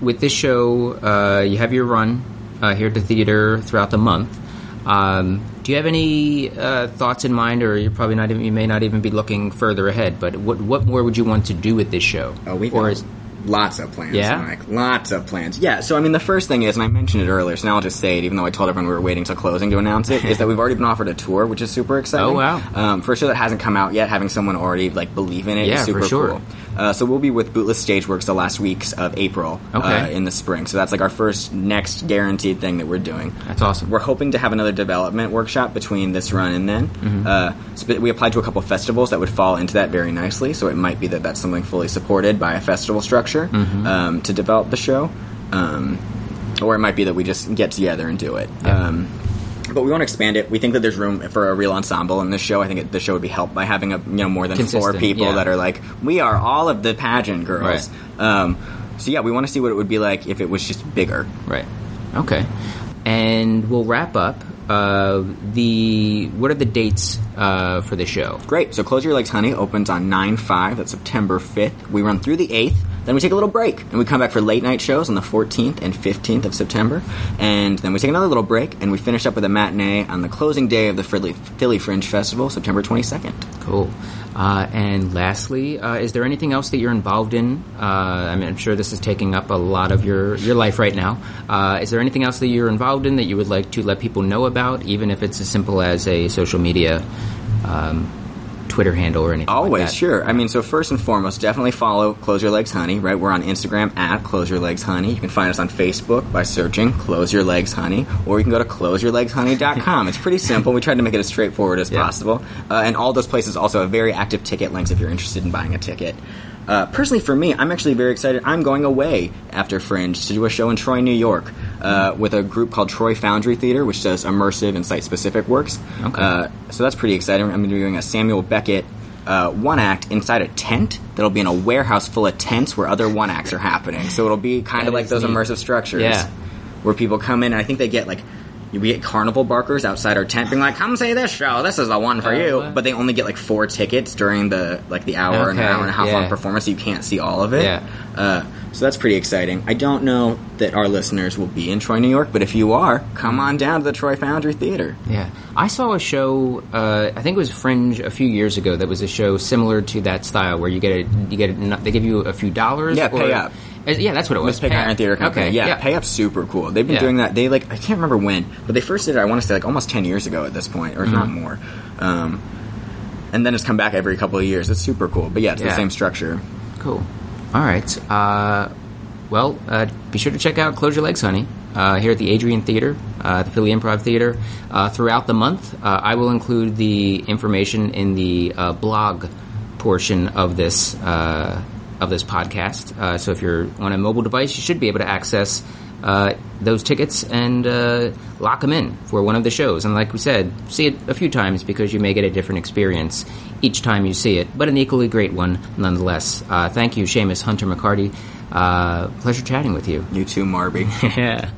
Speaker 1: with this show, uh, you have your run uh, here at the theater throughout the month. Um, do you have any uh, thoughts in mind, or you're probably not even you may not even be looking further ahead? But what what more would you want to do with this show?
Speaker 2: Oh, we've
Speaker 1: or
Speaker 2: got
Speaker 1: is
Speaker 2: lots of plans,
Speaker 1: Yeah?
Speaker 2: Mike. Lots of plans. Yeah. So I mean, the first thing is, and I mentioned it earlier, so now I'll just say it, even though I told everyone we were waiting till closing to announce it, is that we've already been offered a tour, which is super exciting.
Speaker 1: Oh, wow.
Speaker 2: Um, for a show that hasn't come out yet, having someone already like believe in it is
Speaker 1: Yeah, for
Speaker 2: super
Speaker 1: sure.
Speaker 2: cool. Uh, so we'll be with Bootless Stageworks the last weeks of April uh,
Speaker 1: Okay.
Speaker 2: in the spring. So that's like our first next guaranteed thing that we're doing.
Speaker 1: that's awesome.
Speaker 2: We're hoping to have another development workshop between this run and then.
Speaker 1: Mm-hmm.
Speaker 2: Uh, sp- we applied to a couple festivals that would fall into that very nicely, so it might be that that's something fully supported by a festival structure
Speaker 1: Mm-hmm.
Speaker 2: um, to develop the show, um, or it might be that we just get together and do it. Um, but we want to expand it. We think that there's room for a real ensemble in this show. I think it, the show would be helped by having a you know more than four
Speaker 1: Consistent,
Speaker 2: people
Speaker 1: yeah.
Speaker 2: that are like we are all of the pageant girls. Um, so yeah, we want to see what it would be like if it was just bigger.
Speaker 1: Right. Okay. And we'll wrap up. Uh, the what are the dates uh, for the show?
Speaker 2: Great. So Close Your Legs Honey opens on 9 5. That's September 5th. We run through the 8th. Then we take a little break. And we come back for late night shows on the 14th and 15th of September. And then we take another little break. And we finish up with a matinee on the closing day of the Philly, Philly Fringe Festival, September 22nd.
Speaker 1: Cool. Uh, and lastly, uh, is there anything else that you're involved in? Uh, I mean, I'm sure this is taking up a lot of your, your life right now. Uh, is there anything else that you're involved in that you would like to let people know about, even if it's as simple as a social media, um, Twitter handle or anything? like
Speaker 2: Always,
Speaker 1: that?
Speaker 2: sure. I mean, so first and foremost, definitely follow Close Your Legs Honey, right? We're on Instagram at Close Your Legs Honey. You can find us on Facebook by searching Close Your Legs Honey, or you can go to closeyourlegshoney.com. it's pretty simple. We tried to make it as straightforward as
Speaker 1: Yeah.
Speaker 2: possible. Uh, and all those places also have very active ticket links if you're interested in buying a ticket. Uh, personally, for me, I'm actually very excited. I'm going away after Fringe to do a show in Troy, New York, uh, with a group called Troy Foundry Theater, which does immersive and site-specific works.
Speaker 1: Okay.
Speaker 2: Uh, so that's pretty exciting. I'm going to be doing a Samuel Beckett uh, one act inside a tent that'll be in a warehouse full of tents where other one acts are happening. So it'll be kind
Speaker 1: That
Speaker 2: of like
Speaker 1: is
Speaker 2: those
Speaker 1: neat.
Speaker 2: immersive structures
Speaker 1: Yeah.
Speaker 2: where people come in. And I think they get like. We get carnival barkers outside our tent, being like, "Come see this show. This is the one for
Speaker 1: Oh,
Speaker 2: you."
Speaker 1: what?
Speaker 2: But they only get like four tickets during the like the hour and an
Speaker 1: Okay,
Speaker 2: hour and a half long
Speaker 1: yeah.
Speaker 2: performance, so you can't see all of it.
Speaker 1: Yeah.
Speaker 2: Uh, so that's pretty exciting. I don't know that our listeners will be in Troy, New York, but if you are,
Speaker 1: Hmm.
Speaker 2: come on down to the Troy Foundry Theater.
Speaker 1: Yeah, I saw a show. Uh, I think it was Fringe a few years ago. That was a show similar to that style, where you get a you get a, they give you a few dollars.
Speaker 2: Yeah, Pay Up.
Speaker 1: Uh, Yeah, that's what it was.
Speaker 2: Let's pick
Speaker 1: Pay
Speaker 2: Iron
Speaker 1: Up.
Speaker 2: Theater Company.
Speaker 1: Okay,
Speaker 2: yeah, Pay Up's super cool. They've been
Speaker 1: Yeah.
Speaker 2: doing that. They like I can't remember when, but they first did it. I want to say like almost ten years ago at this point, or if
Speaker 1: Mm-hmm.
Speaker 2: not more. Um, and then it's come back every couple of years. It's super cool. But yeah, it's
Speaker 1: Yeah.
Speaker 2: the same structure.
Speaker 1: Cool. All right. Uh, well, uh, be sure to check out Close Your Legs, Honey. uh, here at the Adrian Theater, uh, the Philly Improv Theater, uh, throughout the month. Uh, I will include the information in the uh, blog portion of this uh, of this podcast. Uh, so if you're on a mobile device, you should be able to access uh, those tickets and uh, lock them in for one of the shows. And like we said, see it a few times because you may get a different experience each time you see it, but an equally great one nonetheless. Uh, thank you, Seamus Hunter McCarty. Uh, pleasure chatting with you.
Speaker 2: You too, Marby.
Speaker 1: Yeah.